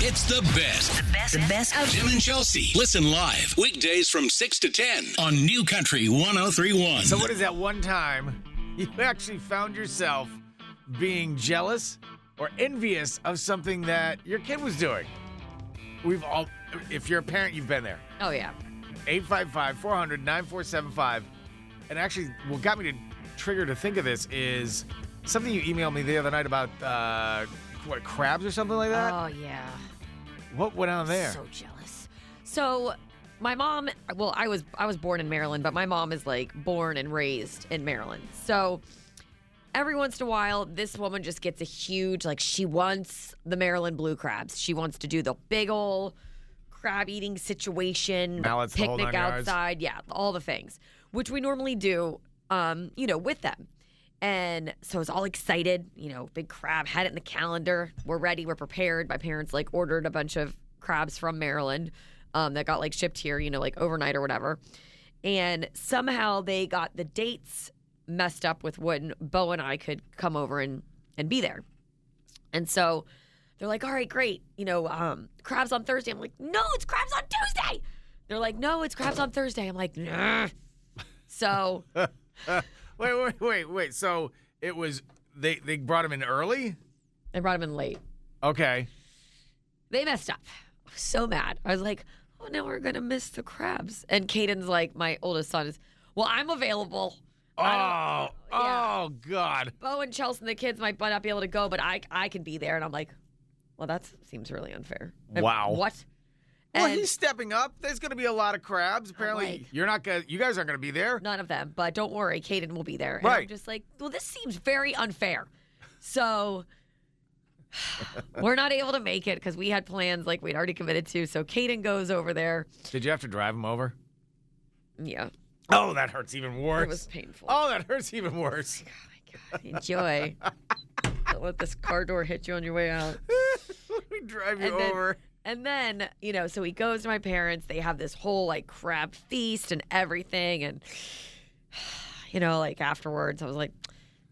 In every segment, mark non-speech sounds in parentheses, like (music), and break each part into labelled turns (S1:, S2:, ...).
S1: It's the best.
S2: The best, the best of
S1: Jim and Chelsea. Listen live weekdays from 6 to 10 on New Country 1031.
S3: So, what is that one time you actually found yourself being jealous or envious of something that your kid was doing? We've all, if you're a parent, you've been there.
S4: Oh yeah.
S3: 855 400 9475. And actually, what got me to trigger to think of this is something you emailed me the other night about uh, what crabs or something like that.
S4: Oh yeah.
S3: what went on there?
S4: So jealous. So my mom, well, I was I was born in Maryland, but my mom is like born and raised in Maryland. So every once in a while, this woman just gets a huge like she wants the Maryland blue crabs. She wants to do the big ol' crab eating situation,
S3: Mallets, the whole
S4: picnic
S3: nine yards.
S4: outside, yeah, all the things, which we normally do, um, you know, with them. And so I was all excited, you know, big crab, had it in the calendar. We're ready, we're prepared. My parents like ordered a bunch of crabs from Maryland um, that got like shipped here, you know, like overnight or whatever. And somehow they got the dates messed up with when Bo and I could come over and, and be there. And so they're like, all right, great. You know, um, crabs on Thursday. I'm like, no, it's crabs on Tuesday. They're like, no, it's crabs on Thursday. I'm like, nah.
S3: (laughs)
S4: So
S3: Wait, wait, wait, wait. So it was, they, they brought him in early?
S4: I brought him in late.
S3: Okay.
S4: They messed up. I was so mad. I was like, oh, now we're going to miss the crabs. And Caden's like, my oldest son is, well, I'm available.
S3: Oh,
S4: I don't- yeah.
S3: oh, God.
S4: Bo and Chelsea and the kids might not be able to go, but I, I can be there. And I'm like, well, that seems really unfair. And
S3: Wow.
S4: What?
S3: Well,
S4: And-
S3: he's stepping up. There's going to be a lot of crabs. Apparently,
S4: like-
S3: you're not going. to You guys aren't going to be there.
S4: None of them, but don't worry, Caden will be there. And I'm
S3: Right.
S4: just like, well, this seems very unfair. So (sighs) we're not able to make it because we had plans like we'd already committed to. So Caden goes over there.
S3: Did you have to drive him over?
S4: Yeah,
S3: Oh, that hurts even worse.
S4: it was painful.
S3: oh, that hurts
S4: (laughs)
S3: even worse. (laughs)
S4: my God. Enjoy. don't let this car door hit you on your way out.
S3: we drive you
S4: And then-
S3: over.
S4: And then, you know, so he goes to my parents. They have this whole like crab feast and everything. And, (sighs) you know, like afterwards, I was like,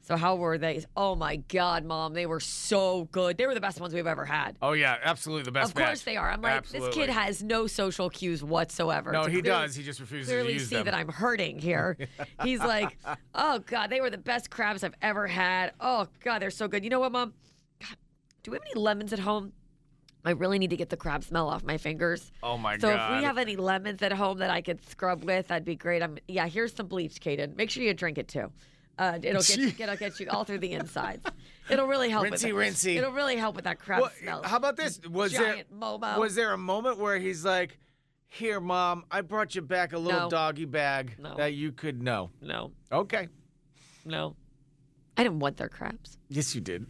S4: so how were they? He's, Oh my God, mom, they were so good. They were the best ones we've ever had.
S3: oh yeah, absolutely the best.
S4: of course
S3: batch.
S4: they are. I'm like, this kid
S3: Absolutely.
S4: has no social cues whatsoever.
S3: No,
S4: To
S3: he
S4: clearly-
S3: does. He just refuses to
S4: Clearly
S3: use
S4: see
S3: them.
S4: that I'm hurting
S3: (laughs)
S4: here. He's like, oh God, they were the best crabs I've ever had. Oh God, they're so good. You know what, mom? God, do we have any lemons at home? I really need to get the crab smell off my fingers.
S3: oh my
S4: So
S3: god.
S4: if we have any lemons at home that I could scrub with, that'd be great. I'm yeah. Here's some bleach, Kaden. Make sure you drink it too. Uh, it'll get you,
S3: (laughs) Gee.
S4: it'll get you all through the insides. It'll really help. with
S3: Rinsey,
S4: it.
S3: rinsey.
S4: It'll really help with that crab
S3: Well,
S4: smell.
S3: how about this? Was
S4: Giant
S3: there
S4: Momo.
S3: was there a moment where he's like, "Here, mom, I brought you back a little
S4: No.
S3: doggy bag
S4: No.
S3: that you could know."
S4: no,
S3: Okay.
S4: no. I didn't want their crabs.
S3: Yes, you did.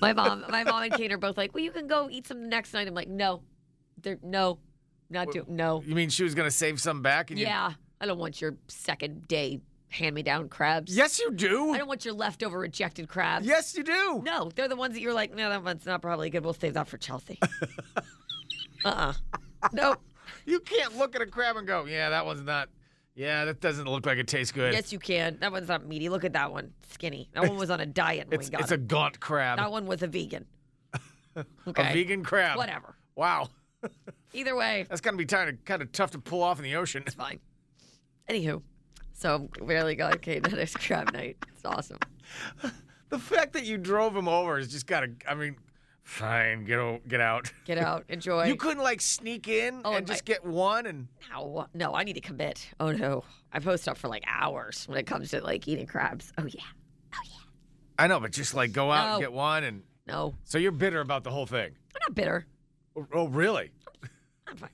S4: My mom, my mom and Kate are both like, well, you can go eat some the next night. I'm like, no, they're no, not do no.
S3: you mean she was gonna save some back? And you-
S4: Yeah, I don't want your second day hand me down crabs.
S3: yes, you do.
S4: I don't want your leftover rejected crabs.
S3: Yes, you do.
S4: No, they're the ones that you're like, no, that one's not probably good. We'll save that for
S3: (laughs)
S4: Chelsea. uh uh Nope.
S3: You can't look at a crab and go, yeah, that one's not. Yeah, that doesn't look like it tastes good.
S4: Yes, you can. That one's not meaty. Look at that one. Skinny. That one was on a diet when
S3: it's
S4: we got
S3: it's a
S4: it.
S3: gaunt crab,
S4: that one was a vegan. Okay.
S3: (laughs) a vegan crab.
S4: Whatever.
S3: Wow,
S4: Either way,
S3: that's gonna be kind of kind of tough to pull off in the ocean. (laughs)
S4: it's fine. Anywho, so I'm really glad Kate (laughs) had his crab night. It's awesome.
S3: The fact that you drove him over is just gotta. I mean, fine, get o- get out.
S4: Get out. Enjoy.
S3: You couldn't like sneak in
S4: Oh,
S3: and
S4: my-
S3: just get one and
S4: Ow. No, I need to commit. Oh, no. I post up for like hours when it comes to like eating crabs. Oh, yeah.
S3: I know, but just like go out and
S4: No.
S3: get one and
S4: No,
S3: so you're bitter about the whole thing.
S4: I'm not bitter.
S3: Oh, Oh, really?
S4: I'm fine.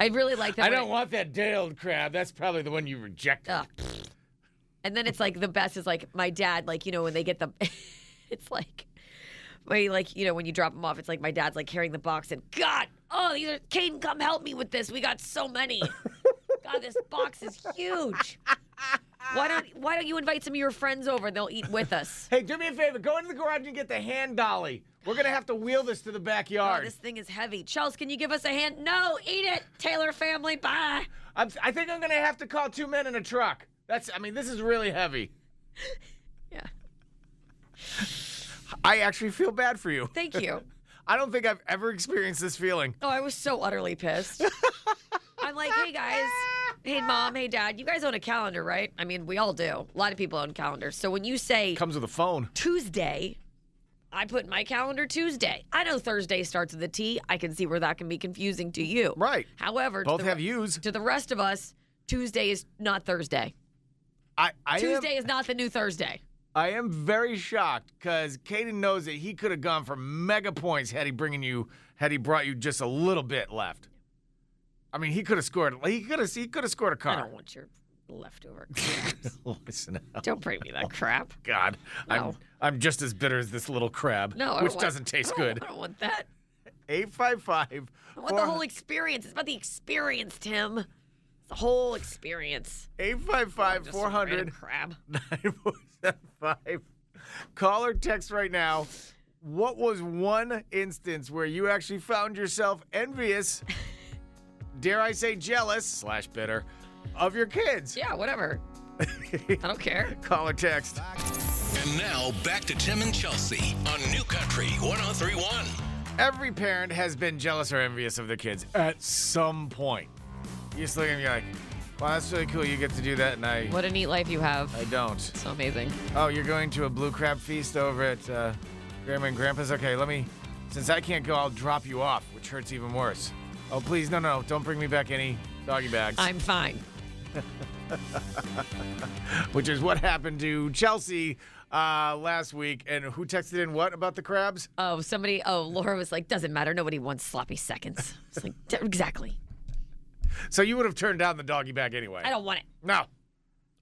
S4: I really like that.
S3: I
S4: when
S3: don't want that day old crab. That's probably the one you rejected.
S4: Ugh. And then it's like the best is like my dad, like, you know, when they get the (laughs) it's like my like, you know, when you drop them off, it's like my dad's like carrying the box and God, oh these are Caden, come help me with this. We got so many. God, this box is huge. Why don't why don't you invite some of your friends over and they'll eat with
S3: (laughs)
S4: us?
S3: Hey, do me a favor. Go into the garage and get the hand dolly. We're gonna have to wheel this to the
S4: Oh,
S3: backyard.
S4: this thing is heavy. Chels, can you give us a hand? No, eat it, Taylor family. Bye.
S3: I'm, I think I'm gonna have to call two men in a truck. That's. I mean, this is really heavy.
S4: Yeah.
S3: I actually feel bad for you.
S4: Thank you.
S3: I don't think I've ever experienced this feeling.
S4: Oh, I was so utterly pissed. I'm like, hey guys, hey mom, hey dad, you guys own a calendar, right? I mean, we all do. A lot of people own calendars. So when you say
S3: Comes with a phone.
S4: Tuesday, I put in my calendar Tuesday. I know Thursday starts with a T. I can see where that can be confusing to you.
S3: Right.
S4: However,
S3: Both
S4: to, the,
S3: have yous.
S4: to the rest of us, Tuesday is not Thursday.
S3: I, I am-
S4: Tuesday is not the new Thursday.
S3: I am very shocked because Caden knows that he could have gone for mega points had he bringing you had he brought you just a little bit left. I mean, he could have scored. He could have. He could have scored
S4: I
S3: a car.
S4: don't want your leftover.
S3: (laughs) Listen, up,
S4: don't bring me that crap.
S3: God, I'm
S4: No.
S3: I'm just as bitter as this little crab,
S4: No, I don't
S3: which
S4: want-
S3: doesn't taste
S4: I don't- (laughs)
S3: good.
S4: I don't want that.
S3: Eight five five.
S4: I want the whole experience. It's about the experience, Tim. It's the whole experience.
S3: Eight five five
S4: Just
S3: four hundred.
S4: random Crap.
S3: 9475. Call or text right now. What was one instance where you actually found yourself
S4: (laughs)
S3: envious, dare I say jealous, slash bitter, of your kids?
S4: Yeah,
S3: (laughs)
S4: whatever. I don't care.
S3: Call or text.
S1: And now back to Tim and Chelsea on New Country 1031.
S3: Every parent has been jealous or envious of their kids at some point. You just look at me like, wow, that's really cool. You get to do that, and I,
S4: What a neat life you have.
S3: I don't.
S4: So amazing.
S3: Oh, you're going to a blue crab feast over at uh, Grandma and Grandpa's? Okay, let me. Since I can't go, I'll drop you off, which hurts even worse. Oh, please, no, no, don't bring me back any doggy bags.
S4: I'm fine.
S3: Which is what happened to Chelsea uh, last week. And who texted in what about the crabs?
S4: Oh, somebody. Oh, Laura was like, doesn't matter. Nobody wants sloppy seconds. It's like, (laughs) "D- exactly.
S3: So you would have turned down the doggy bag anyway.
S4: I don't want it.
S3: No,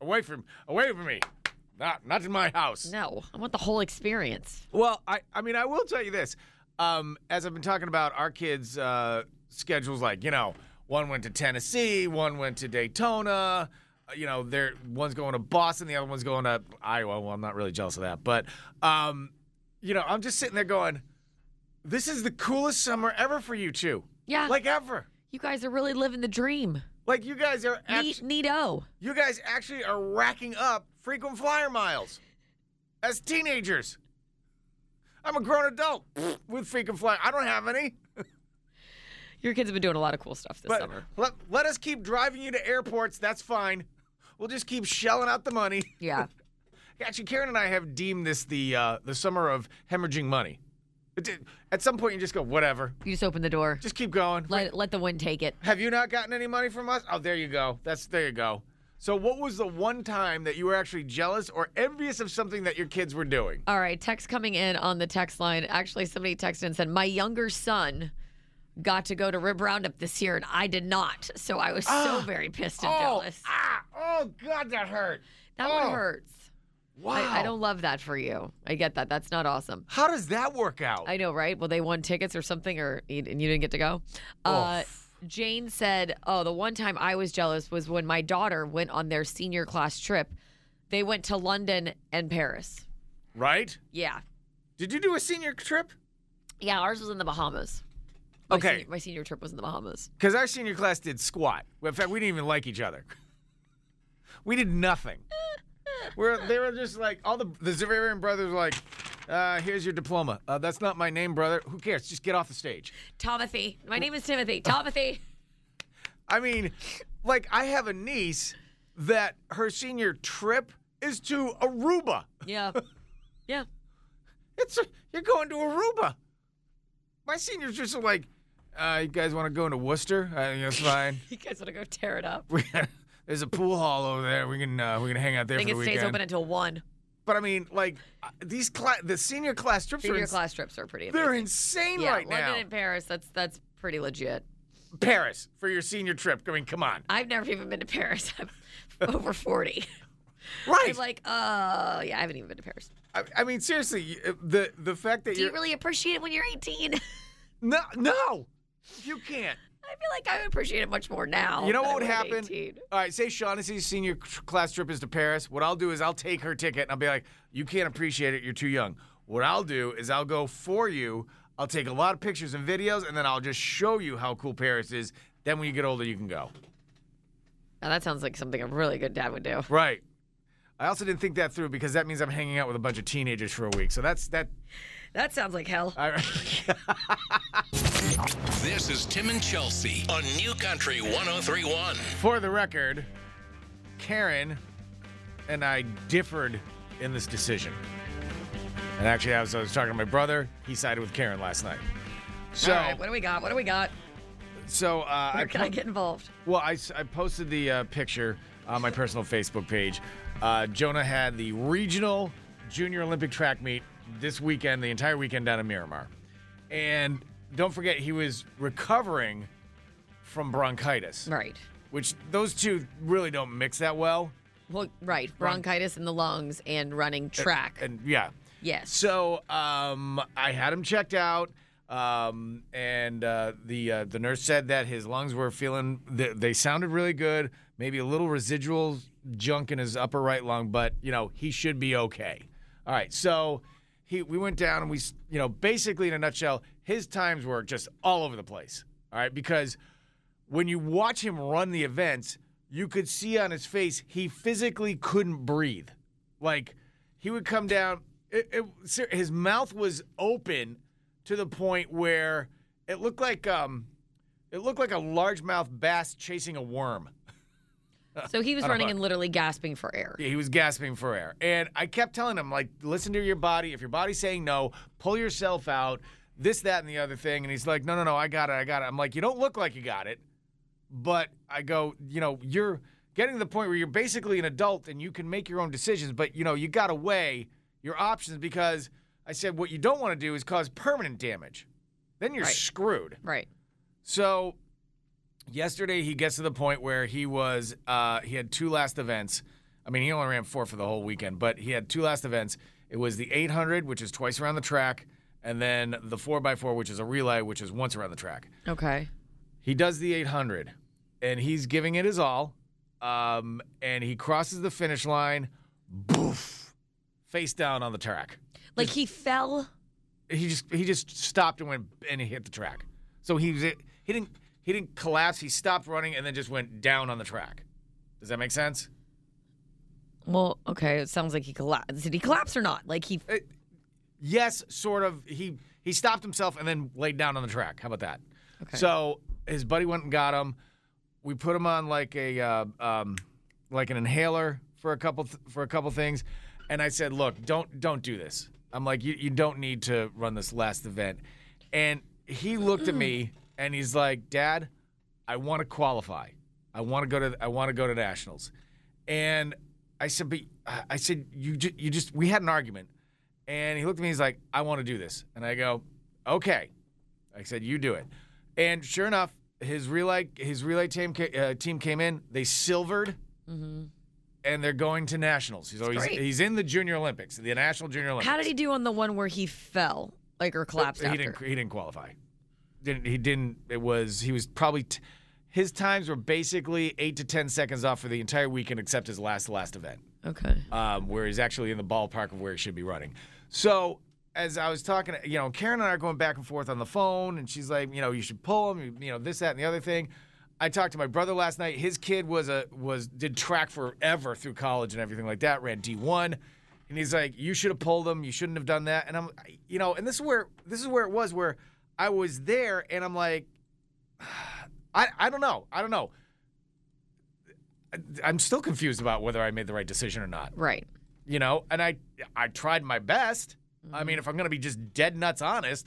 S3: away from, away from me. Not, not in my house.
S4: No, I want the whole experience.
S3: Well, I, I mean, I will tell you this. Um, as I've been talking about our kids' uh, schedules, like you know, one went to Tennessee, one went to Daytona. uh, You know, there one's going to Boston, the other one's going to Iowa. Well, I'm not really jealous of that, but um, you know, I'm just sitting there going, "This is the coolest summer ever for you two,
S4: Yeah.
S3: like ever.
S4: you guys are really living the dream.
S3: Like you guys are, act-
S4: Neat, neato.
S3: you guys actually are racking up frequent flyer miles as teenagers. I'm a grown adult with frequent flyer. I don't have any.
S4: Your kids have been doing a lot of cool stuff this
S3: But
S4: summer.
S3: let, let us keep driving you to airports. That's fine. We'll just keep shelling out the money.
S4: Yeah.
S3: Actually, Karen and I have deemed this the uh, the summer of hemorrhaging money. It- At some point, you just go, whatever.
S4: You just open the door.
S3: (laughs) Just keep going.
S4: Let let the wind take it.
S3: Have you not gotten any money from us? Oh, there you go. That's there you go. So, what was the one time that you were actually jealous or envious of something that your kids were doing?
S4: All right, text coming in on the text line. Actually, somebody texted and said, My younger son got to go to Rib Roundup this year, and I did not. So I was so very pissed and jealous.
S3: Ah, oh God, that hurt.
S4: That
S3: oh.
S4: one hurts.
S3: Wow.
S4: I, I don't love that for you. I get that. That's not awesome.
S3: How does that work out?
S4: I know, right? Well, they won tickets or something, or and you didn't get to go. Uh, Jane said, "Oh, the one time I was jealous was when my daughter went on their senior class trip. They went to London and Paris.
S3: right?
S4: Yeah,
S3: Did you do a senior trip?
S4: yeah. Ours was in the Bahamas. My
S3: Okay.
S4: senior- my senior trip was in the Bahamas.
S3: Because our senior class did squat. Well, In fact, we didn't even like each other. (laughs) We did nothing. We're, they were just like all the the Zavarian brothers were like, uh, "Here's your diploma. Uh, that's not my name, brother. Who cares? Just get off the stage."
S4: Timothy. My name is Timothy.
S3: (laughs)
S4: Timothy.
S3: I mean, like I have a niece that her senior trip is to Aruba.
S4: Yeah, yeah.
S3: It's you're going to Aruba. My seniors just are like, uh, you guys want to go into Worcester? Uh, I think
S4: (laughs)
S3: that's fine.
S4: You guys want to go tear it up?
S3: We (laughs) there's a pool hall over there. We can uh, we can hang out there
S4: I think
S3: for
S4: it
S3: the
S4: stays
S3: weekend.
S4: open until one.
S3: But I mean, like uh, these cla- the senior class trips are
S4: Senior
S3: ins-
S4: class trips are pretty.
S3: they're
S4: amazing.
S3: insane
S4: yeah,
S3: right
S4: London
S3: now.
S4: and Paris. That's that's pretty legit.
S3: Paris for your senior trip. I mean, come on,
S4: I've never even been to Paris. (laughs) I'm over
S3: (laughs)
S4: 40.
S3: right?
S4: I'm like, uh, yeah, I haven't even been to Paris.
S3: I, I mean, seriously, you- the the fact that
S4: Do you
S3: you're
S4: really appreciate it when you're 18? (laughs) I
S3: no no, you can't.
S4: feel like I would appreciate it much more now.
S3: You know
S4: than I
S3: what would
S4: would at
S3: happen?
S4: 18.
S3: All right, say Shaughnessy's senior c- class trip is to Paris. What I'll do is I'll take her ticket and I'll be like, you can't appreciate it. You're too young. What I'll do is I'll go for you. I'll take a lot of pictures and videos and then I'll just show you how cool Paris is. Then when you get older, you can go.
S4: Now, that sounds like something a really good dad would
S3: (laughs)
S4: do.
S3: Right. I also didn't think that through because that means I'm hanging out with a bunch of teenagers for a week. So that's that.
S4: That sounds like hell.
S3: All right.
S1: This is Tim and Chelsea on New Country 1031.
S3: For the record, Karen and I differed in this decision. And actually, I was, I was talking to my brother. He sided with Karen last night. So,
S4: All right, what do we got? What do we got?
S3: so uh,
S4: Where
S3: I,
S4: can I get involved?
S3: well, I, s- I posted the uh, picture on my personal Facebook page. Uh, Jonah had the regional junior Olympic track meet this weekend, the entire weekend down in Miramar. And don't forget, he was recovering from bronchitis,
S4: Right.
S3: which those two really don't mix that well.
S4: Well, right. Bronchitis in the lungs and running track.
S3: And yeah.
S4: Yes.
S3: So um, I had him checked out, um, and uh, the uh, the nurse said that his lungs were feeling they, they sounded really good. Maybe a little residual junk in his upper right lung, but you know he should be okay. All right, so he we went down and we s- you know basically in a nutshell, his times were just all over the place. All right, because when you watch him run the events, you could see on his face he physically couldn't breathe. Like he would come down, it, it, ser- his mouth was open to the point where it looked like um, it looked like a largemouth bass chasing a worm. uh,
S4: so he was running and literally gasping for air.
S3: Yeah, he was gasping for air. And I kept telling him, like, listen to your body. If your body's saying no, pull yourself out, this, that, and the other thing. And he's like, no, no, no, I got it. I got it. I'm like, you don't look like you got it. But I go, you know, you're getting to the point where you're basically an adult and you can make your own decisions. But, you know, you got to weigh your options because I said, what you don't want to do is cause permanent damage. Then you're
S4: Right.
S3: screwed.
S4: Right.
S3: So yesterday he gets to the point where he was uh, he had two last events. I mean, he only ran four for the whole weekend, but he had two last events. It was the 800, which is twice around the track, and then the 4x4, which is a relay, which is once around the track.
S4: Okay.
S3: He does the 800, and he's giving it his all. Um, and he crosses the finish line, boof, face down on the track
S4: Like he fell.
S3: he just he just stopped and went and he hit the track. So he was he didn't he didn't collapse. He stopped running and then just went down on the track. Does that make sense?
S4: Well, okay. It sounds like he collapsed. Did he collapse or not? Like he.
S3: Yes, sort of. He he stopped himself and then laid down on the track. How about that?
S4: Okay.
S3: So his buddy went and got him. We put him on like a uh, um, like an inhaler for a couple th- for a couple things, and I said, "Look, don't don't do this." I'm like, "You you don't need to run this last event," and he looked at me and he's like, "Dad, I want to qualify. I want to go to I want to go to nationals," and I said, "But uh, I said you ju- you just we had an argument," and he looked at me. He's like, "I want to do this," and I go, "Okay." I said, "You do it," and sure enough, his relay his relay team ca- uh, team came in. They silvered,
S4: Mm-hmm.
S3: and they're going to nationals. He's always
S4: great.
S3: he's in the Junior Olympics, the National Junior Olympics.
S4: How did he do on the one where he fell? Like or collapsed
S3: He
S4: after?
S3: didn't. He didn't qualify. Didn't he? Didn't. It was. He was probably. T- his times were basically eight to ten seconds off for the entire weekend, except his last last event
S4: Okay.
S3: um, where he's actually in the ballpark of where he should be running. So as I was talking, you know, Karen and I are going back and forth on the phone, and she's like, you know, you should pull him, you, you know, this, that, and the other thing. I talked to my brother last night. His kid was a was did track forever through college and everything like that. Ran D one, and he's like, you should have pulled him. You shouldn't have done that. And I'm, you know, and this is where this is where it was where I was there, and I'm like, (sighs) I I don't know, I don't know. I- I'm still confused about whether I made the right decision or not
S4: Right.
S3: you know and i i tried my best i
S4: Mm-hmm.
S3: mean if i'm gonna be just dead nuts honest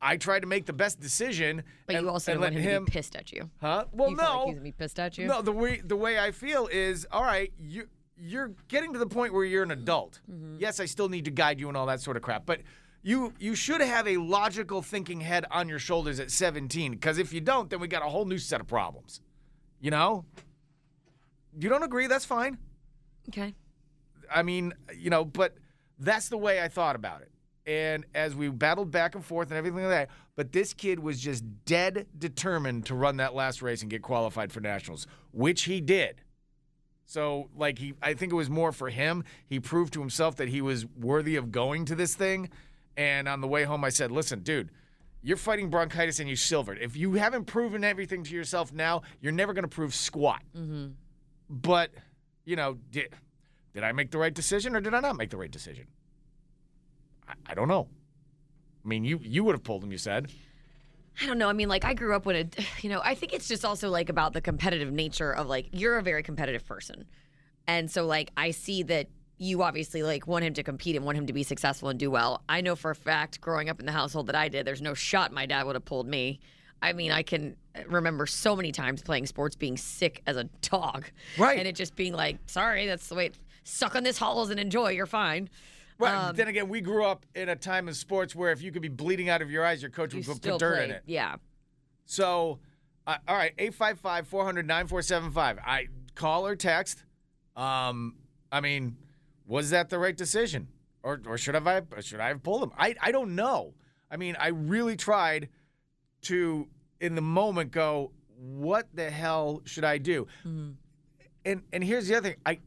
S3: i tried to make the best decision
S4: But
S3: and-
S4: you also
S3: and
S4: didn't want
S3: let
S4: him, to be pissed at you.
S3: huh well
S4: you felt like he
S3: no
S4: was gonna be pissed at you.
S3: no the way the way i feel is all right you you're getting to the point where you're an adult
S4: Mm-hmm.
S3: yes i still need to guide you and all that sort of crap but you you should have a logical thinking head on your shoulders at 17 because if you don't then we got a whole new set of problems you know you don't agree that's fine
S4: Okay.
S3: I mean, you know, but that's the way I thought about it. And as we battled back and forth and everything like that, but this kid was just dead determined to run that last race and get qualified for nationals, which he did. So, like, he, I think it was more for him. He proved to himself that he was worthy of going to this thing. And on the way home, I said, listen, dude, you're fighting bronchitis and you silvered. If you haven't proven everything to yourself now, you're never going to prove squat
S4: Mm-hmm.
S3: but you know did, did i make the right decision or did i not make the right decision i, I don't know I mean, you you would have pulled him. You said.
S4: I don't know. I mean, like I grew up when it, (sighs) you know, I think it's just also like about the competitive nature of like you're a very competitive person, and so like I see that you obviously like want him to compete and want him to be successful and do well. I know for a fact, growing up in the household that I did, there's no shot my dad would have pulled me. I mean, I can uh, remember so many times playing sports being sick as a dog,
S3: Right.
S4: And it just being like, sorry, that's the way. It, suck on this hollows and enjoy. You're fine.
S3: Right.
S4: Um,
S3: then again, we grew up in a time in sports where if you could be bleeding out of your eyes, your coach
S4: You
S3: would put,
S4: still
S3: put dirt in
S4: played.
S3: it.
S4: Yeah.
S3: So, uh, all right, 855 400 9475. I call or text. Um, I mean, was that the right decision? Or, or should have I or should I have pulled him? I, I don't know. I mean, I really tried to in the moment go, what the hell should I do? And and here's the other thing. I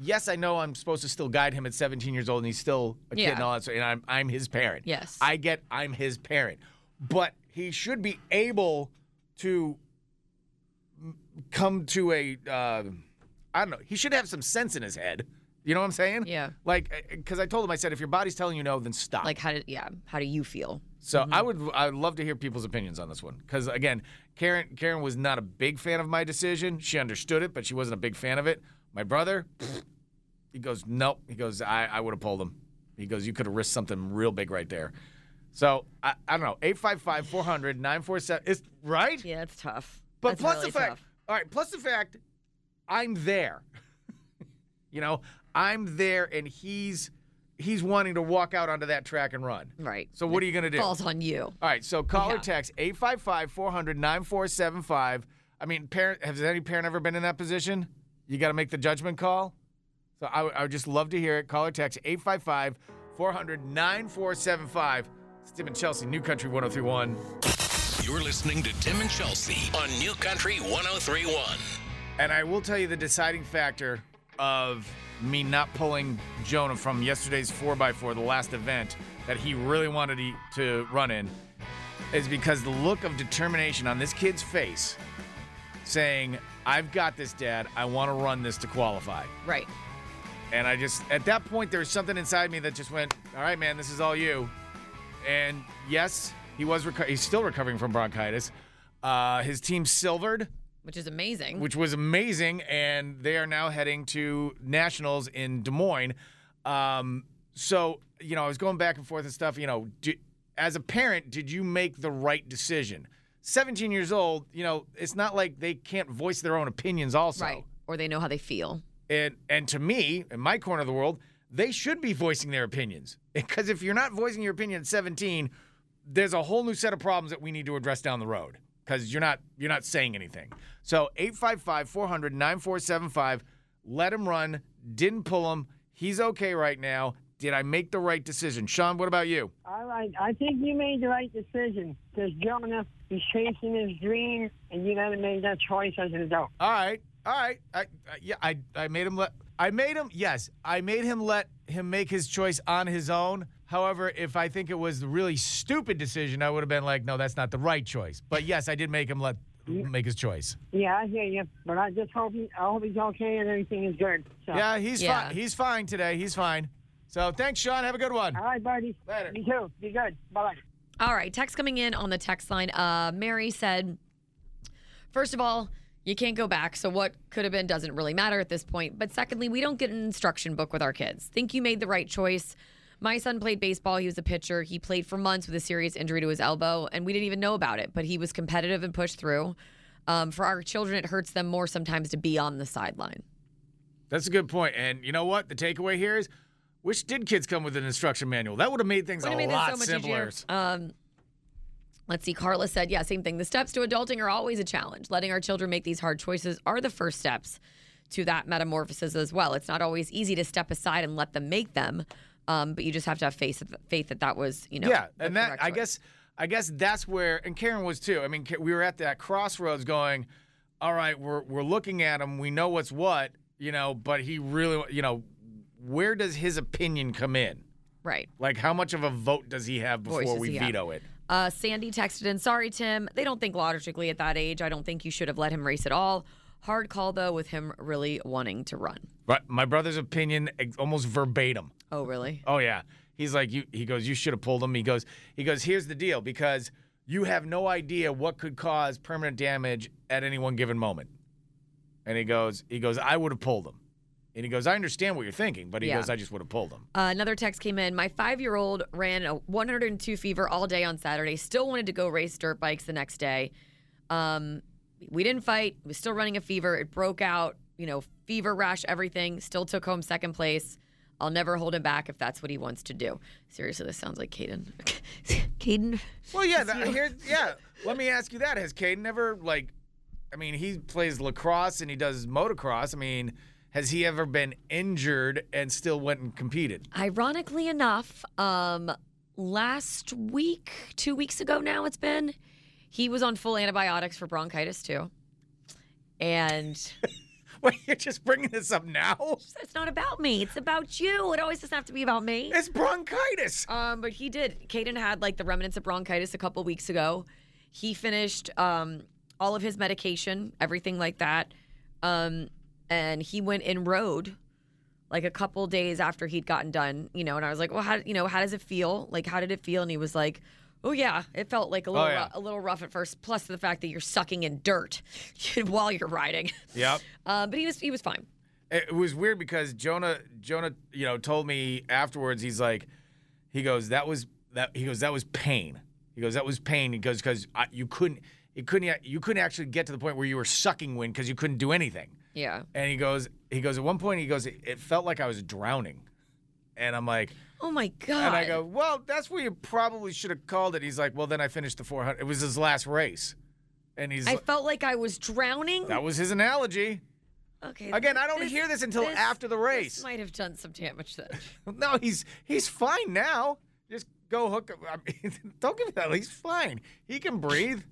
S3: yes, I know I'm supposed to still guide him at 17 years old and he's still a kid
S4: Yeah.
S3: and all that. So, and I'm I'm his parent.
S4: Yes.
S3: I get I'm his parent, but he should be able to m- come to a uh, I don't know. He should have some sense in his head. You know what I'm saying?
S4: Yeah.
S3: Like, because I told him, I said, if your body's telling you no, then stop.
S4: Like how did yeah? How do you feel?
S3: so
S4: Mm-hmm.
S3: I would, I would love to hear people's opinions on this one. Because again, Karen, Karen was not a big fan of my decision. She understood it, but she wasn't a big fan of it. My brother, he goes, nope. He goes, I, I would have pulled him. He goes, you could have risked something real big right there. So I, I don't know. 855 400 947. It's right.
S4: Yeah, it's tough.
S3: But
S4: That's
S3: plus
S4: really
S3: the fact,
S4: tough.
S3: all right, plus the fact I'm there. (laughs) you know, I'm there and he's he's wanting to walk out onto that track and run.
S4: Right.
S3: So what are you going to do?
S4: Falls on you.
S3: All right, so call or
S4: Yeah.
S3: text 855-400-9475. I mean, parent has any parent ever been in that position? You got to make the judgment call. So I would- I would just love to hear it. Call or text 855-400-9475. It's Tim and Chelsea, New Country 1031.
S1: You're listening to Tim and Chelsea on New Country 1031.
S3: And I will tell you the deciding factor of me not pulling Jonah from yesterday's 4x4, the last event that he really wanted to, to run in, is because the look of determination on this kid's face saying, I've got this, Dad. I want to run this to qualify.
S4: Right.
S3: And I just, at that point, there was something inside me that just went, all right, man, this is all you. And yes, he was, reco- he's still recovering from bronchitis. Uh, his team silvered
S4: Which is amazing.
S3: which was amazing. And they are now heading to nationals in Des Moines. Um, so you know, I was going back and forth and stuff. You know, do, as a parent, did you make the right decision? 17 years old, you know, it's not like they can't voice their own opinions also.
S4: right. Or they know how they feel.
S3: And and to me, in my corner of the world, they should be voicing their opinions. (laughs) Because if you're not voicing your opinion at 17, there's a whole new set of problems that we need to address down the road. Because you're not you're not saying anything. So 855-400-9475. Let him run. Didn't pull him. He's okay right now. Did I make the right decision? Sean, what about you?
S2: All right. I think you made the right decision because Jonah, he's chasing his dream, and you got to make that choice as an adult.
S3: All right. All right. I, I yeah, I I made him let I made him yes, I made him let him make his choice on his own. However, if I think it was a really stupid decision, I would have been like, no, that's not the right choice. But yes, I did make him let make his choice.
S2: Yeah, I hear you, but I just hope he, I hope he's okay and everything is good. So.
S3: Yeah, he's
S4: Yeah.
S3: fine. He's fine today. He's fine. So thanks, Sean. Have a good one.
S2: All right, buddy.
S3: Later.
S2: You too. Be good. Bye.
S4: All right. Text coming in on the text line. Uh, Mary said, first of all, you can't go back. So what could have been doesn't really matter at this point. But secondly, we don't get an instruction book with our kids. Think you made the right choice. My son played baseball. He was a pitcher. He played for months with a serious injury to his elbow, and we didn't even know about it. But he was competitive and pushed through. Um, for our children, it hurts them more sometimes to be on the sideline.
S3: That's a good point. And you know what? The takeaway here is which did kids come with an instruction manual? That would have made things
S4: Would've
S3: a
S4: made this
S3: lot
S4: so much
S3: simpler.
S4: easier. Um, let's see. Carla said, yeah, same thing. The steps to adulting are always a challenge. Letting our children make these hard choices are the first steps to that metamorphosis as well. It's not always easy to step aside and let them make them. Um, but you just have to have faith, faith that that was, you know,
S3: yeah
S4: the
S3: and that
S4: correct
S3: i
S4: choice.
S3: guess i guess that's where and karen was too i mean Ka- we were at that crossroads going all right we're, we're looking at him we know what's what you know but he really you know where does his opinion come in
S4: right.
S3: like how much of a vote does he have before
S4: Voice does
S3: we
S4: he have?
S3: veto it
S4: Uh, Sandy texted in, sorry, Tim. They don't think logically at that age. I don't think you should have let him race at all. Hard call, though, with him really wanting to run.
S3: but my brother's opinion ex- almost verbatim
S4: Oh, really?
S3: oh yeah He's like, you. He goes, you should have pulled him. He goes, he goes. Here's the deal, because you have no idea what could cause permanent damage at any one given moment. And he goes, he goes, I would have pulled him. And he goes, I understand what you're thinking, but he
S4: Yeah.
S3: goes, I just would have pulled him.
S4: Uh, another text came in. My five year old ran a 102 fever all day on Saturday. Still wanted to go race dirt bikes the next day. Um, we didn't fight. He was still running a fever. It broke out, you know, fever rash, everything. Still took home second place. I'll never hold him back if that's what he wants to do. Seriously, this sounds like Caden. (laughs) Caden?
S3: Well, yeah, that, here, (laughs) yeah. Let me ask you that: Has Caden ever like? I mean, he plays lacrosse and he does motocross. I mean, has he ever been injured and still went and competed? (laughs)
S4: Ironically enough, um, last week, two weeks ago now, it's been, he was on full antibiotics for bronchitis too. And.
S3: Wait, you're just bringing this up now?
S4: It's not about me. It's about you. It always doesn't have to be about me.
S3: It's bronchitis.
S4: Um, but he did. Caden had like the remnants of bronchitis a couple weeks ago. He finished um all of his medication, everything like that. Um, and he went in road like a couple days after he'd gotten done, you know, and I was like, Well, how you know, how does it feel? Like, how did it feel? And he was like, Oh yeah, it felt like a little
S3: Oh, yeah.
S4: rou- a little rough at first, plus the fact that you're sucking in dirt (laughs) while you're riding. (laughs)
S3: Yep.
S4: Uh, but he was he was fine.
S3: It was weird because Jonah, Jonah, you know, told me afterwards. He's like, he goes, that was that. He goes, that was pain. He goes, that was pain. He goes, because you couldn't, it couldn't, you couldn't actually get to the point where you were sucking wind because you couldn't do anything.
S4: Yeah.
S3: And he goes, he goes, at one point, he goes, it felt like I was drowning. And I'm like,
S4: Oh my god.
S3: and I go, well, that's where you probably should have called it. He's like, well, then I finished the 400. It was his last race. And he's,
S4: I felt like I was drowning.
S3: that was his analogy.
S4: okay.
S3: Again, I don't
S4: this-
S3: hear this until after the race.
S4: This might have done some damage then.
S3: No, he's, he's fine now. Just go hook up. I mean, (laughs) don't give me that. He's fine. He can breathe.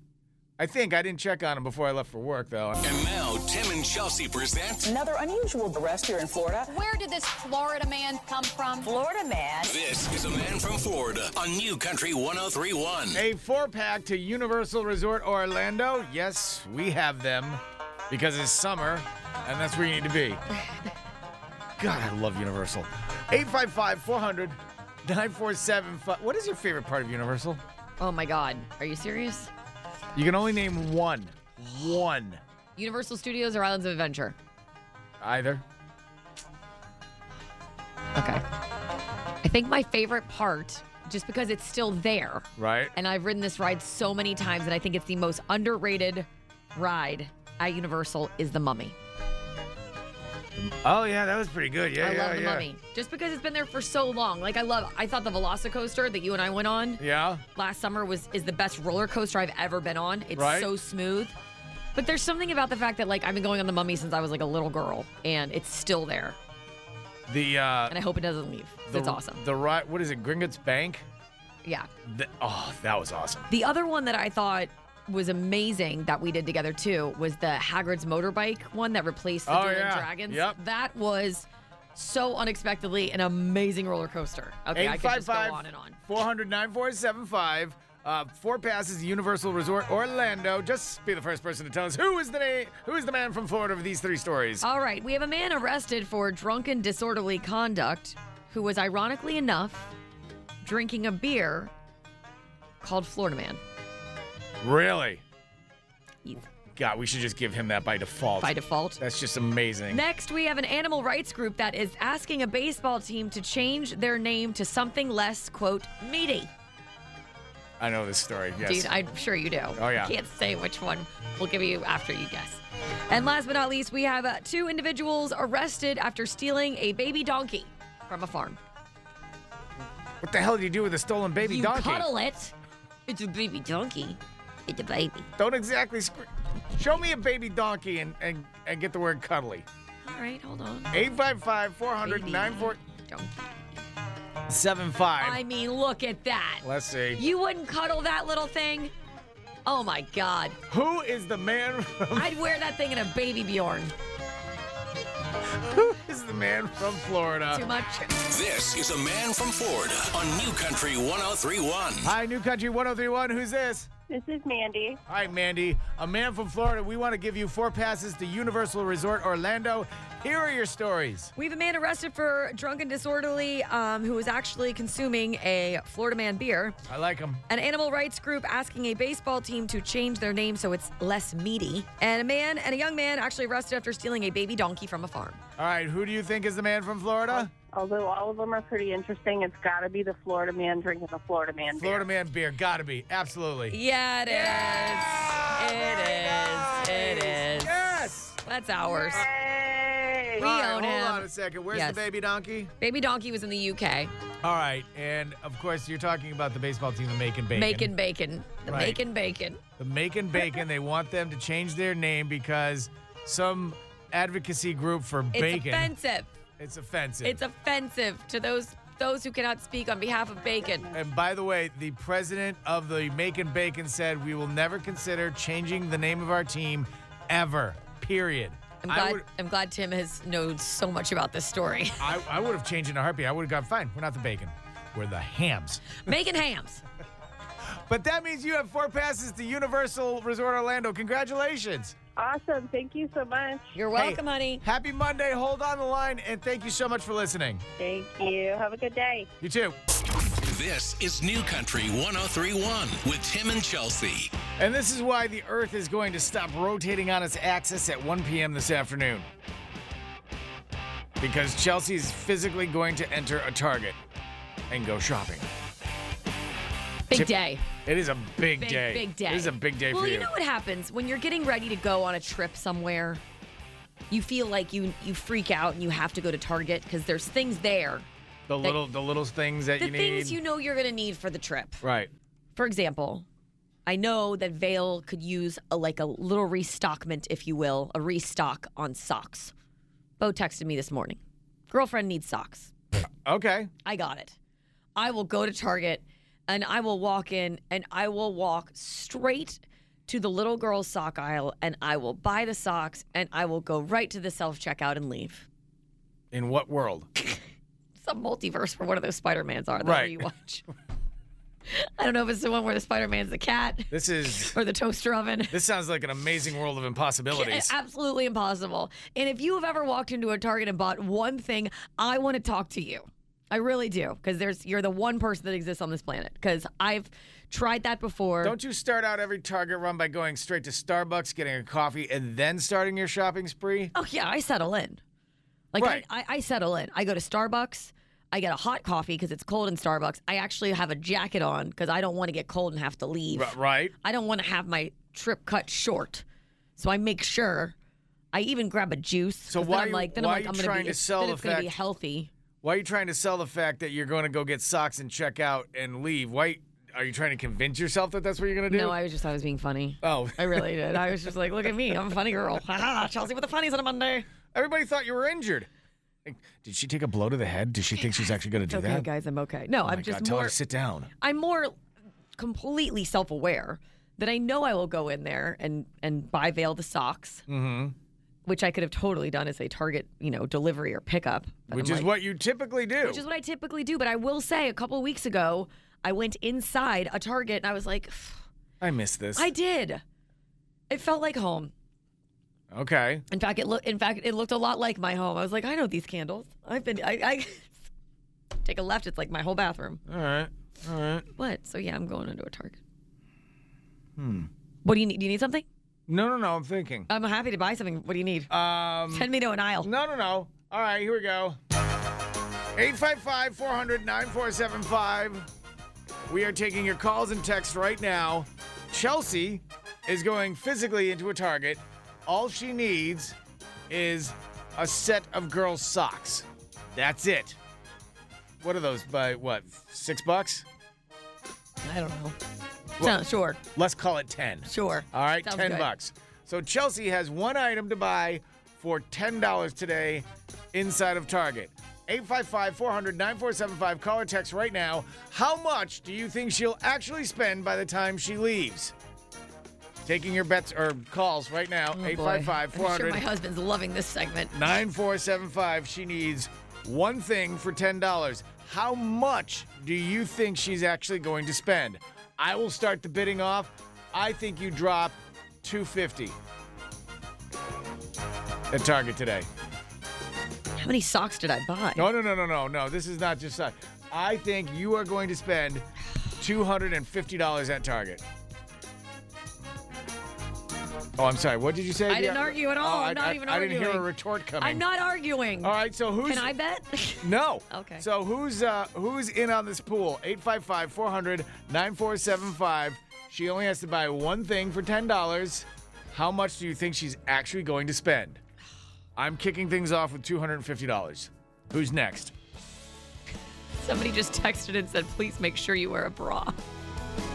S3: I think I didn't check on him before I left for work, though.
S1: And now, Tim and Chelsea present
S5: Another unusual arrest here in Florida.
S6: Where did this Florida man come from?
S5: Florida man.
S1: This is a Man from Florida on New Country 1031.
S3: A four pack to Universal Resort Orlando. Yes, we have them because it's summer and that's where you need to
S4: (laughs)
S3: be. God, I love Universal. 855 400 9475. What is your favorite part of Universal?
S4: Oh my god. Are you serious?
S3: You can only name one. One.
S4: Universal Studios or Islands of Adventure?
S3: Either.
S4: Okay. I think my favorite part, just because it's still there,
S3: Right?
S4: and I've ridden this ride so many times, and I think it's the most underrated ride at Universal, is the Mummy.
S3: Oh, yeah, that was pretty good. Yeah,
S4: I
S3: yeah,
S4: love the
S3: yeah.
S4: Mummy. Just because it's been there for so long. Like I love. I thought the Velocicoaster that you and I went on.
S3: Yeah.
S4: last summer was is the best roller coaster I've ever been on. It's
S3: Right.
S4: so smooth. But there's something about the fact that like I've been going on the mummy since I was like a little girl and it's still there.
S3: The, uh,
S4: And I hope it doesn't leave.
S3: the,
S4: it's awesome.
S3: The right, what is it, Gringotts Bank?
S4: yeah.
S3: The, oh, that was awesome.
S4: The other one that I thought was amazing that we did together too was the Hagrid's motorbike one that replaced the
S3: Oh,
S4: Dueling
S3: yeah.
S4: Dragons.
S3: Yep.
S4: That was so unexpectedly an amazing roller coaster. Okay, I could just go on and on.
S3: 400 9475. Uh, four passes to Universal Resort Orlando. Just be the first person to tell us who is the na- who is the man from Florida with these three stories.
S4: All right, we have a man arrested for drunken disorderly conduct who was ironically enough drinking a beer called Florida Man.
S3: really? God, we should just give him that by default.
S4: By default.
S3: That's just amazing.
S4: Next, we have an animal rights group that is asking a baseball team to change their name to something less, quote, meaty.
S3: I know this story. Yes.
S4: Dude, I'm sure you do.
S3: Oh, yeah.
S4: I can't say which one. We'll give you after you guess. And last but not least, we have uh, two individuals arrested after stealing a baby donkey from a farm.
S3: what the hell do you do with a stolen baby
S4: you
S3: donkey?
S4: cuddle it. It's a baby donkey. It's a baby.
S3: Don't exactly scre Show me a baby donkey and, and, and get the word cuddly.
S4: All right, hold on.
S3: 855 400
S4: Baby donkey.
S3: 9475.
S4: I mean, look at that.
S3: Let's see.
S4: You wouldn't cuddle that little thing? Oh my God.
S3: Who is the man from (laughs)
S4: I'd wear that thing in a baby Bjorn.
S3: Who is the man from
S4: Too
S3: Florida?
S4: much.
S1: This is a Man from Florida on New Country 1031.
S3: Hi, New Country 1031. Who's this?
S7: This is Mandy.
S3: Hi, Mandy. A man from Florida. We want to give you four passes to Universal Resort Orlando. Here are your stories.
S4: We have a man arrested for drunk and disorderly um, who was actually consuming a Florida man beer.
S3: I like them.
S4: An animal rights group asking a baseball team to change their name so it's less meaty. And a man and a young man actually arrested after stealing a baby donkey from a farm.
S3: All right, who do you think is the man from Florida?
S7: Although all of them are pretty interesting, it's got to be the Florida man drinking the Florida man. beer.
S3: Florida man beer. Gotta be. Absolutely.
S4: Yeah, it is.
S3: Ah,
S4: it
S3: very
S4: is. It
S3: nice.
S4: is.
S3: Yes.
S4: That's ours.
S7: Hey!
S4: We
S3: All right,
S4: own
S3: hold
S4: him.
S3: on a second. Where's
S4: Yes.
S3: the baby donkey?
S4: Baby donkey was in the UK
S3: All right, and of course you're talking about the baseball team, the Macon Bacon.
S4: making bacon. The
S3: Right.
S4: making bacon.
S3: The Macon Bacon. they want them to change their name because some advocacy group for
S4: It's
S3: bacon.
S4: offensive.
S3: It's offensive.
S4: It's offensive to those those who cannot speak on behalf of bacon.
S3: and by the way, the president of the Macon Bacon said we will never consider changing the name of our team ever. Period.
S4: I'm
S3: I
S4: glad,
S3: would-
S4: I'm glad Tim has knows so much about this story. (laughs)
S3: I, I would have changed in a heartbeat. I would have gone, fine, we're not the bacon. We're the hams.
S4: Megan Hams.
S3: But that means you have four passes to Universal Resort Orlando. Congratulations.
S7: Awesome. Thank you so much.
S4: You're
S3: Hey,
S4: welcome, honey.
S3: Happy Monday. Hold on the line, and thank you so much for listening.
S7: Thank you. Have a good day.
S3: You too.
S1: This is New Country 1031 with Tim and Chelsea.
S3: And this is why the Earth is going to stop rotating on its axis at 1 p.m. this afternoon. Because Chelsea is physically going to enter a Target and go shopping.
S4: Big
S3: Tim-
S4: day.
S3: It is a big,
S4: Big,
S3: day.
S4: big day.
S3: It is a big day
S4: well,
S3: for you.
S4: know what happens when you're getting ready to go on a trip somewhere? You feel like you you freak out and you have to go to Target because there's things there.
S3: the little, the little things that
S4: The
S3: you need.
S4: things you know you're going to need for the trip.
S3: right.
S4: For example, I know that Vale could use a, like a little restockment, if you will, a restock on socks. Bo texted me this morning. Girlfriend needs socks.
S3: Okay.
S4: I got it. I will go to Target and I will walk in and I will walk straight to the little girl's sock aisle and I will buy the socks and I will go right to the self checkout and leave.
S3: In what world?
S4: Some multiverse where one of those Spider Mans are that
S3: Right.
S4: you watch. (laughs) I don't know if it's the one where the Spider Man's the cat
S3: This is.
S4: or the toaster oven.
S3: This sounds like an amazing world of impossibilities.
S4: (laughs) Absolutely impossible. And if you have ever walked into a Target and bought one thing, I want to talk to you. I really do because there's you're the one person that exists on this planet because I've tried that before.
S3: Don't you start out every Target run by going straight to Starbucks, getting a coffee, and then starting your shopping spree?
S4: oh yeah, I settle in. Like
S3: Right.
S4: I, I, I settle in. I go to Starbucks. I get a hot coffee because it's cold in Starbucks. I actually have a jacket on because I don't want to get cold and have to leave.
S3: R- right.
S4: I don't want to have my trip cut short, so I make sure. I even grab a juice.
S3: So
S4: 'cause
S3: why
S4: then I'm
S3: you-
S4: like, then
S3: why
S4: I'm
S3: you
S4: like, I'm gonna
S3: trying
S4: be,
S3: to sell
S4: then
S3: the
S4: it's going to be
S3: fact-
S4: healthy.
S3: Why are you trying to sell the fact that you're going to go get socks and check out and leave? Why are you trying to convince yourself that that's what you're going to do?
S4: No, I was just I was being funny.
S3: Oh,
S4: (laughs) I really did. I was just like, look at me, I'm a funny girl. Ha ha, Chelsea with the funnies on a Monday.
S3: everybody thought you were injured. Like, did she take a blow to the head? Does she think she's actually going to do
S4: Okay,
S3: that?
S4: guys, I'm okay. No,
S3: Oh my
S4: I'm just
S3: God, tell her
S4: more.
S3: to sit down.
S4: I'm more completely self-aware that I know I will go in there and and buy Veil the socks, mm-hmm. which I could have totally done as a Target, you know, delivery or pickup. But
S3: Which
S4: I'm
S3: is
S4: like-
S3: what you typically do.
S4: which is what I typically do. But I will say, a couple of weeks ago, I went inside a Target and I was like, (sighs)
S3: I miss this.
S4: I did. It felt like home.
S3: okay.
S4: In fact, it looked. In fact, it looked a lot like my home. I was like, I know these candles. I've been. I, I (laughs) take a left. It's like my whole bathroom.
S3: All right. All right.
S4: What? So yeah, I'm going into a Target. Hmm.
S3: Hmm.
S4: What do you need? Do you need something?
S3: No, no, no. I'm thinking.
S4: I'm happy to buy something. What do you need?
S3: Um.
S4: Send me to an aisle.
S3: No, no, no. All right, here we go. 855 400 9475. We are taking your calls and texts right now. Chelsea is going physically into a Target. All she needs is a set of girls' socks. That's it. What are those by what? Six bucks?
S4: I don't know. Sound- sure,
S3: Let's call it 10.
S4: sure.
S3: All right,
S4: Sounds
S3: 10
S4: good.
S3: bucks. So Chelsea has one item to buy for $10 today inside of Target. 855 400 9475. Call or text right now. How much do you think she'll actually spend by the time she leaves? Taking your bets or calls right now.
S4: Oh, boy.
S3: 855
S4: I'm sure
S3: 400
S4: my husband's loving this segment.
S3: 9475. She needs one thing for $10. How much do you think she's actually going to spend? I will start the bidding off. I think you drop 250 at Target today.
S4: How many socks did I buy?
S3: No, no, no, no, no, no. This is not just that. I think you are going to spend $250 at Target. Oh, I'm sorry. What did you say?
S4: I didn't
S3: Yeah.
S4: argue at all.
S3: Oh,
S4: I'm not even
S3: I didn't hear a
S4: arguing.
S3: retort coming.
S4: I'm not arguing.
S3: All right, so who's
S4: Can I bet? (laughs)
S3: No.
S4: Okay.
S3: So who's uh who's in on this pool? 855-400-9475. She only has to buy one thing for $10. How much do you think she's actually going to spend? I'm kicking things off with $250. Who's next?
S4: Somebody just texted and said, please make sure you wear a bra.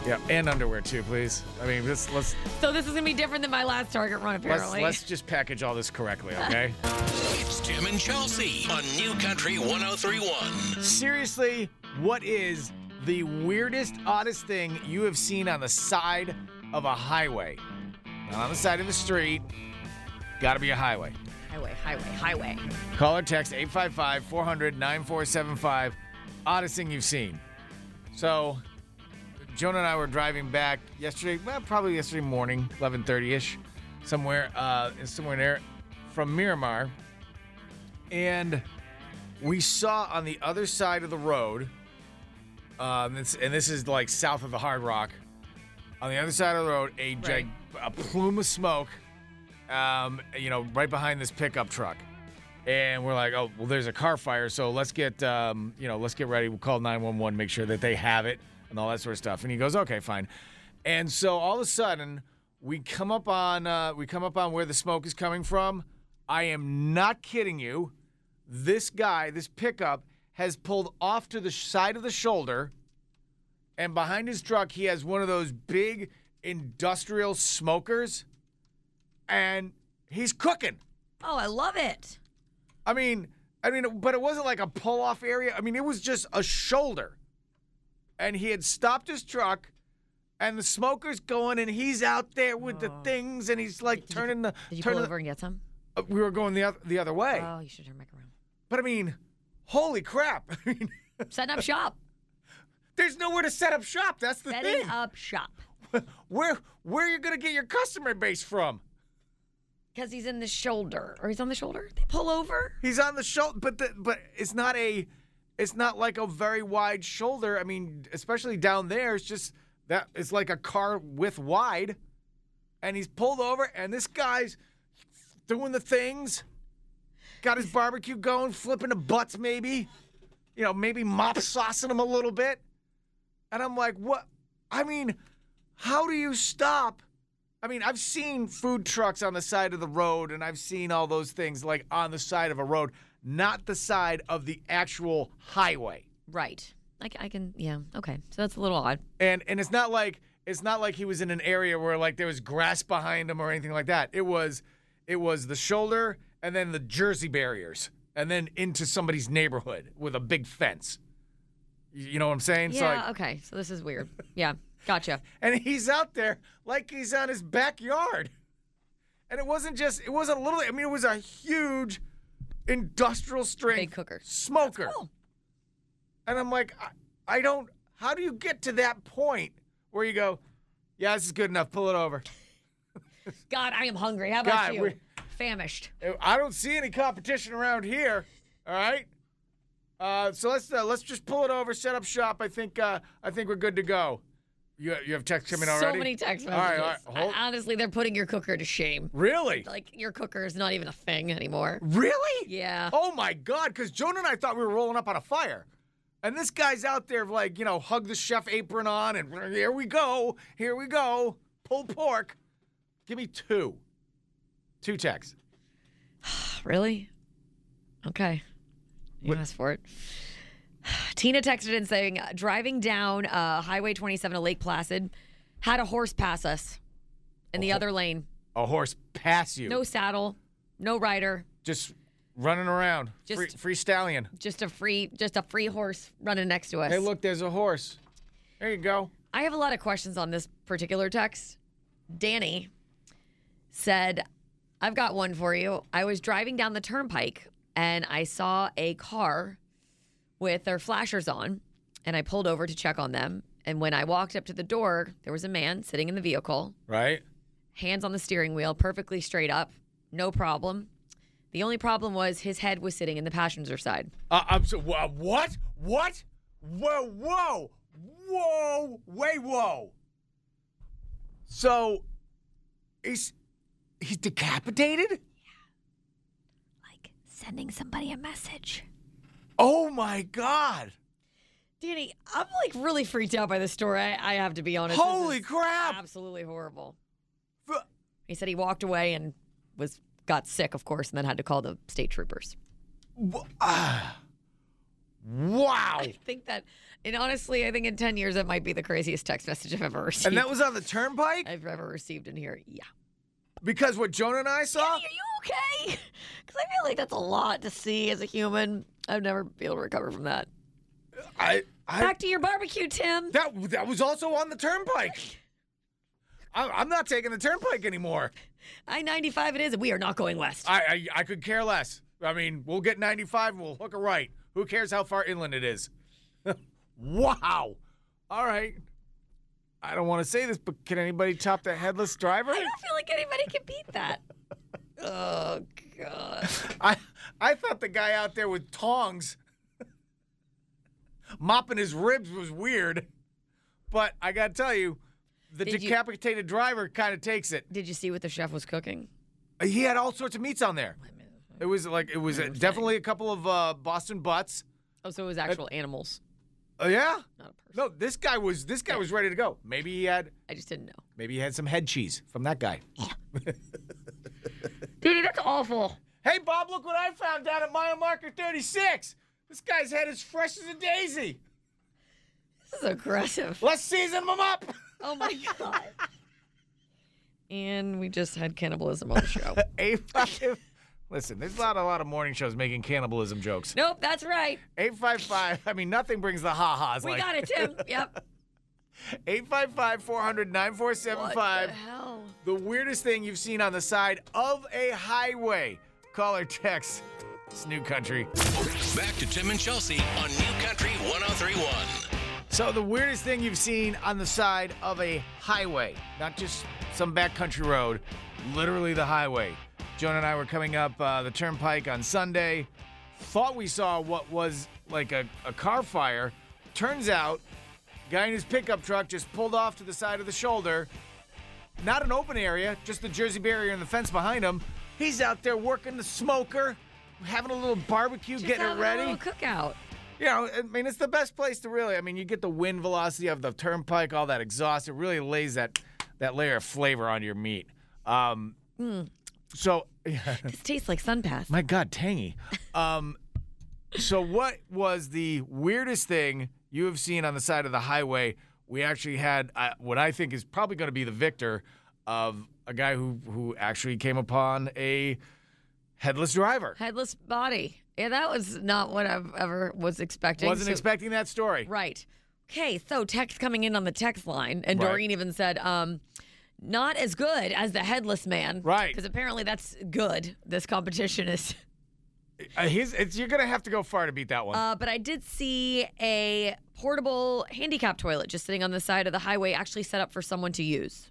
S3: Yeah, and underwear too, please. I mean, this let's
S4: So this is going to be different than my last Target run,
S3: let's,
S4: apparently.
S3: let's just package all this correctly, okay?
S1: It's Tim and Chelsea on New Country 1031.
S3: Seriously, what is the weirdest, oddest thing you have seen on the side of a highway? Not on the side of the street. Gotta be a highway.
S4: Highway, highway, highway.
S3: Call or text 855 400 9475. Oddest thing you've seen. So, Jonah and I were driving back yesterday, well, probably yesterday morning, 11:30 ish, somewhere, uh, somewhere near from Miramar, and we saw on the other side of the road, um, this, and this is like south of the Hard Rock, on the other side of the road, a gig, a plume of smoke, um, you know, right behind this pickup truck. And we're like, oh, well, there's a car fire, so let's get, um, you know, let's get ready. We'll call 911, make sure that they have it, and all that sort of stuff. And he goes, okay, fine. And so all of a sudden, we come up on, uh, we come up on where the smoke is coming from. I am not kidding you. This guy, this pickup, has pulled off to the sh- side of the shoulder, and behind his truck, he has one of those big industrial smokers, and he's cooking.
S4: Oh, I love it.
S3: I mean, I mean, but it wasn't like a pull off area. I mean, it was just a shoulder. And he had stopped his truck, and the smoker's going, and he's out there with the things, and he's like turning the.
S4: Oh. Did you
S3: turning
S4: pull
S3: the-
S4: over and get some?
S3: Uh, we were going the other, the other way.
S4: Oh, you should turn back around.
S3: but I mean, holy crap! (laughs) I mean,
S4: Setting up shop. (laughs)
S3: there's nowhere to set up shop. That's the
S4: Setting
S3: thing.
S4: up shop.
S3: Where where are you gonna get your customer base from?
S4: Because he's in the shoulder. Or he's on the shoulder? They pull over?
S3: He's on the shoulder, but the, but it's not a, it's not like a very wide shoulder. I mean, especially down there, it's just that it's like a car width wide, and he's pulled over, and this guy's doing the things, got his barbecue going, flipping the butts, maybe, you know, maybe mop saucing him a little bit, and I'm like, what? I mean, how do you stop? I mean, I've seen food trucks on the side of the road and I've seen all those things like on the side of a road, not the side of the actual highway.
S4: Right. I, c- I can, yeah. Okay. So that's a little odd.
S3: And and it's not like it's not like he was in an area where like there was grass behind him or anything like that. It was it was the shoulder and then the jersey barriers and then into somebody's neighborhood with a big fence. You you know what I'm saying? So,
S4: yeah.
S3: like-
S4: okay. So this is weird. Yeah. Gotcha.
S3: and he's out there like he's on his backyard. And it wasn't just it wasn't a little I mean it was a huge industrial strength
S4: Big cooker. That's
S3: smoker.
S4: cool.
S3: And I'm like I, I don't how do you get to that point where you go, yeah, this is good enough, pull it over.
S4: God, I am hungry. How about
S3: God,
S4: you?
S3: we're-
S4: Famished.
S3: I don't see any competition around here, all right? Uh, so let's uh, let's just pull it over, set up shop. I think uh, I think we're good to go. You, you have text coming already.
S4: So many text
S3: All right,
S4: messages.
S3: all right, hold-
S4: I- honestly, they're putting your cooker to shame.
S3: really?
S4: Like, your cooker is not even a thing anymore.
S3: Really?
S4: Yeah.
S3: Oh my God! Because Jonah and I thought we were rolling up on a fire, and this guy's out there like you know, hug the chef apron on, and here we go, here we go, pulled pork. Give me two, two texts.
S4: Really? Okay. You asked for it. (sighs) Tina texted in saying, driving down uh, Highway 27 to Lake Placid, had a horse pass us in the other lane.
S3: A horse pass you,
S4: No saddle, no rider,
S3: just running around,
S4: Just-
S3: free, free stallion.
S4: just a free, just a free horse running next to us.
S3: Hey, look, there's a horse. There you go.
S4: I have a lot of questions on this particular text. Danny said, I've got one for you. I was driving down the turnpike and I saw a car with their flashers on, and I pulled over to check on them. And when I walked up to the door, there was a man sitting in the vehicle,
S3: right?
S4: hands on the steering wheel, perfectly straight up, no problem. The only problem was his head was sitting in the passenger side.
S3: Uh, I'm so wha- what? What? Whoa! Whoa! Whoa! Way whoa! So, he's he's decapitated?
S4: Like sending somebody a message.
S3: Oh my god!
S4: Danny, I'm like really freaked out by this story. I, I have to be honest. This
S3: Holy
S4: is
S3: crap!
S4: Absolutely horrible.
S3: F-
S4: He said he walked away and was got sick, of course, and then had to call the state troopers.
S3: wh- ah. Wow!
S4: I think that, and honestly, I think in 10 years, that might be the craziest text message I've ever received.
S3: And that was on the
S4: (laughs)
S3: turnpike
S4: I've ever received in here. Yeah.
S3: because what Jonah and I saw.
S4: Are you okay? (laughs) Because I feel like that's a lot to see as a human. I've never been able to recover from that.
S3: I I
S4: Back to your barbecue, Tim.
S3: that that was also on the turnpike. I, I'm not taking the turnpike anymore.
S4: I 95 it is, and we are not going west.
S3: I, I I could care less. I mean, we'll get 95 and we'll hook a right. Who cares how far inland it is? (laughs) wow. All right. I don't want to say this, but can anybody top the headless driver?
S4: I don't feel like anybody can beat
S3: (laughs)
S4: that. oh, God.
S3: I I thought the guy out there with tongs (laughs) mopping his ribs was weird. But I got to tell you, the
S4: Did you-
S3: decapitated driver kind of takes it.
S4: Did you see what the chef was cooking?
S3: He had all sorts of meats on there. It was like it was uh, definitely a couple of uh, Boston butts.
S4: Oh, so it was actual animals,
S3: Oh yeah.
S4: not a person.
S3: No, this guy was this guy was ready to go. Maybe he had
S4: I just didn't know.
S3: maybe he had some head cheese from that guy.
S4: Dude, that's awful.
S3: Hey Bob, look what I found down at mile marker 36. This guy's head is fresh as a daisy.
S4: This is
S3: (laughs)
S4: aggressive.
S3: Let's season
S4: (laughs)
S3: him up.
S4: Oh
S3: (laughs)
S4: my god. and we just had cannibalism on the
S3: (laughs)
S4: show.
S3: Eight five. Listen, there's a lot, a lot of morning shows making cannibalism jokes.
S4: nope, that's right.
S3: Eight five five. I mean, nothing brings the ha ha's
S4: We
S3: like
S4: got it,
S3: (laughs)
S4: Tim. Yep.
S3: eight five five four hundred nine four seven
S4: What
S3: five.
S4: the hell?
S3: the weirdest thing you've seen on the side of a highway. Call or text. It's new country.
S1: Back to Tim and Chelsea on New Country 1031.
S3: So the weirdest thing you've seen on the side of a highway, not just some backcountry road, literally the highway. Joan and I were coming up uh, the turnpike on Sunday. Thought we saw what was like a, a car fire. Turns out, guy in his pickup truck just pulled off to the side of the shoulder. Not an open area, just the Jersey barrier and the fence behind him. He's out there working the smoker, having a little barbecue,
S4: Just
S3: getting it
S4: having a
S3: ready.
S4: little cookout.
S3: You know, I mean, it's the best place to really. I mean, you get the wind velocity of the turnpike, all that exhaust. It really lays that that layer of flavor onto your meat. Um,
S4: Hmm.
S3: So,
S4: This tastes like sunpass.
S3: my God, tangy. Um, so, what was the weirdest thing you have seen on the side of the highway? We actually had uh, what I think is probably going to be the victor of a guy who who actually came upon a headless driver.
S4: Headless body. Yeah, that was not what I've ever was expecting.
S3: Wasn't
S4: so-
S3: expecting that story.
S4: Right. Okay, so text coming in on the text line, and
S3: Right.
S4: Doreen even said, um, not as good as the headless man.
S3: Right.
S4: Because apparently that's good. This competition is.
S3: Uh, he's, it's, you're going to have to go far to beat that one.
S4: Uh, but I did see a portable handicap toilet just sitting on the side of the highway, actually set up for someone to use.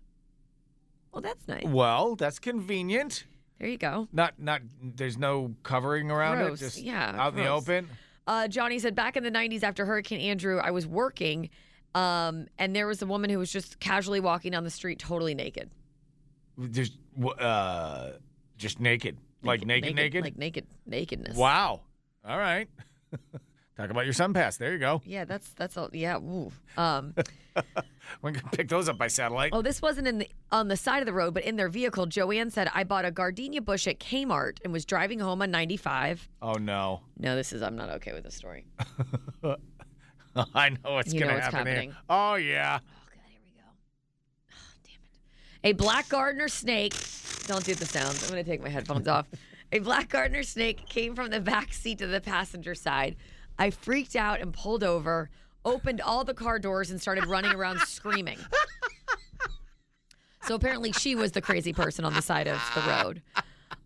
S4: Well, that's nice.
S3: Well, that's convenient.
S4: There you go.
S3: Not not there's no covering around
S4: Gross.
S3: it. Just
S4: Yeah,
S3: out in the
S4: gross.
S3: open.
S4: Uh, Johnny said back in the 90s after Hurricane Andrew, I was working, um, and there was a woman who was just casually walking down the street totally naked.
S3: Just uh just naked. Like naked naked.
S4: Like naked, nakedness.
S3: wow. All right. (laughs) Talk about your sun pass. There you go. (laughs)
S4: Yeah, that's that's all. Yeah. Ooh. Um,
S3: We can pick those up by satellite.
S4: oh, this wasn't in the on the side of the road, but in their vehicle. Joanne said, "I bought a gardenia bush at Kmart and was driving home on 95."
S3: Oh, no. (laughs)
S4: No, this is I'm not okay with this story.
S3: I know what's
S4: You know
S3: gonna
S4: what's
S3: happen
S4: happening.
S3: here. Oh yeah.
S4: Oh god, here we go. Oh, damn it. A black gardener snake. Don't do the sounds. I'm going to take my headphones off. A black gardener snake came from the back seat to the passenger side. I freaked out and pulled over, opened all the car doors and started running around screaming. So apparently she was the crazy person on the side of the road.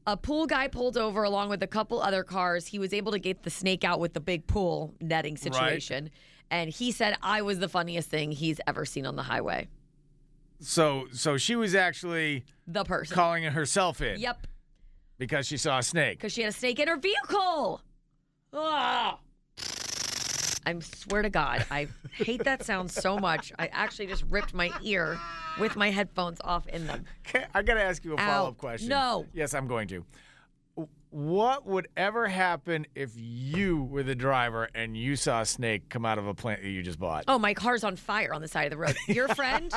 S4: A pool guy pulled over along with a couple other cars. He was able to get the snake out with the big pool netting situation. And he said I was the funniest thing he's ever seen on the highway.
S3: So so she was actually
S4: The person.
S3: calling herself in
S4: Yep,
S3: because she saw a snake.
S4: because she had a snake in her vehicle. Ugh. I swear to God, I hate that sound so much. I actually just ripped my ear with my headphones off in them.
S3: Okay, I got to ask you a
S4: Ow.
S3: follow up question.
S4: No.
S3: Yes, I'm going to. What would ever happen if you were the driver and you saw a snake come out of a plant that you just bought?
S4: Oh, my car's on fire on the side of the road. Your friend,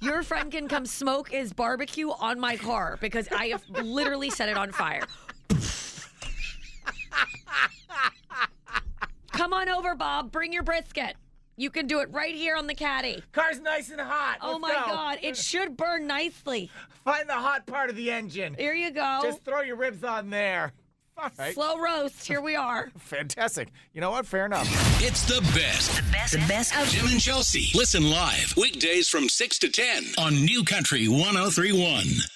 S4: your friend can come smoke his barbecue on my car because I have literally set it on fire. come on over, Bob. Bring your brisket. You can do it right here on the caddy.
S3: Car's nice and hot.
S4: Oh
S3: Let's
S4: my
S3: go.
S4: God! It should burn nicely.
S3: Find the hot part of the engine.
S4: Here you go.
S3: Just throw your ribs on there. All right.
S4: Slow roast. Here we are.
S3: Fantastic. You know what? Fair enough.
S1: It's the best.
S5: Best, best of
S1: Jim and oh Chelsea. Listen live weekdays from 6 to 10 on New Country 1031.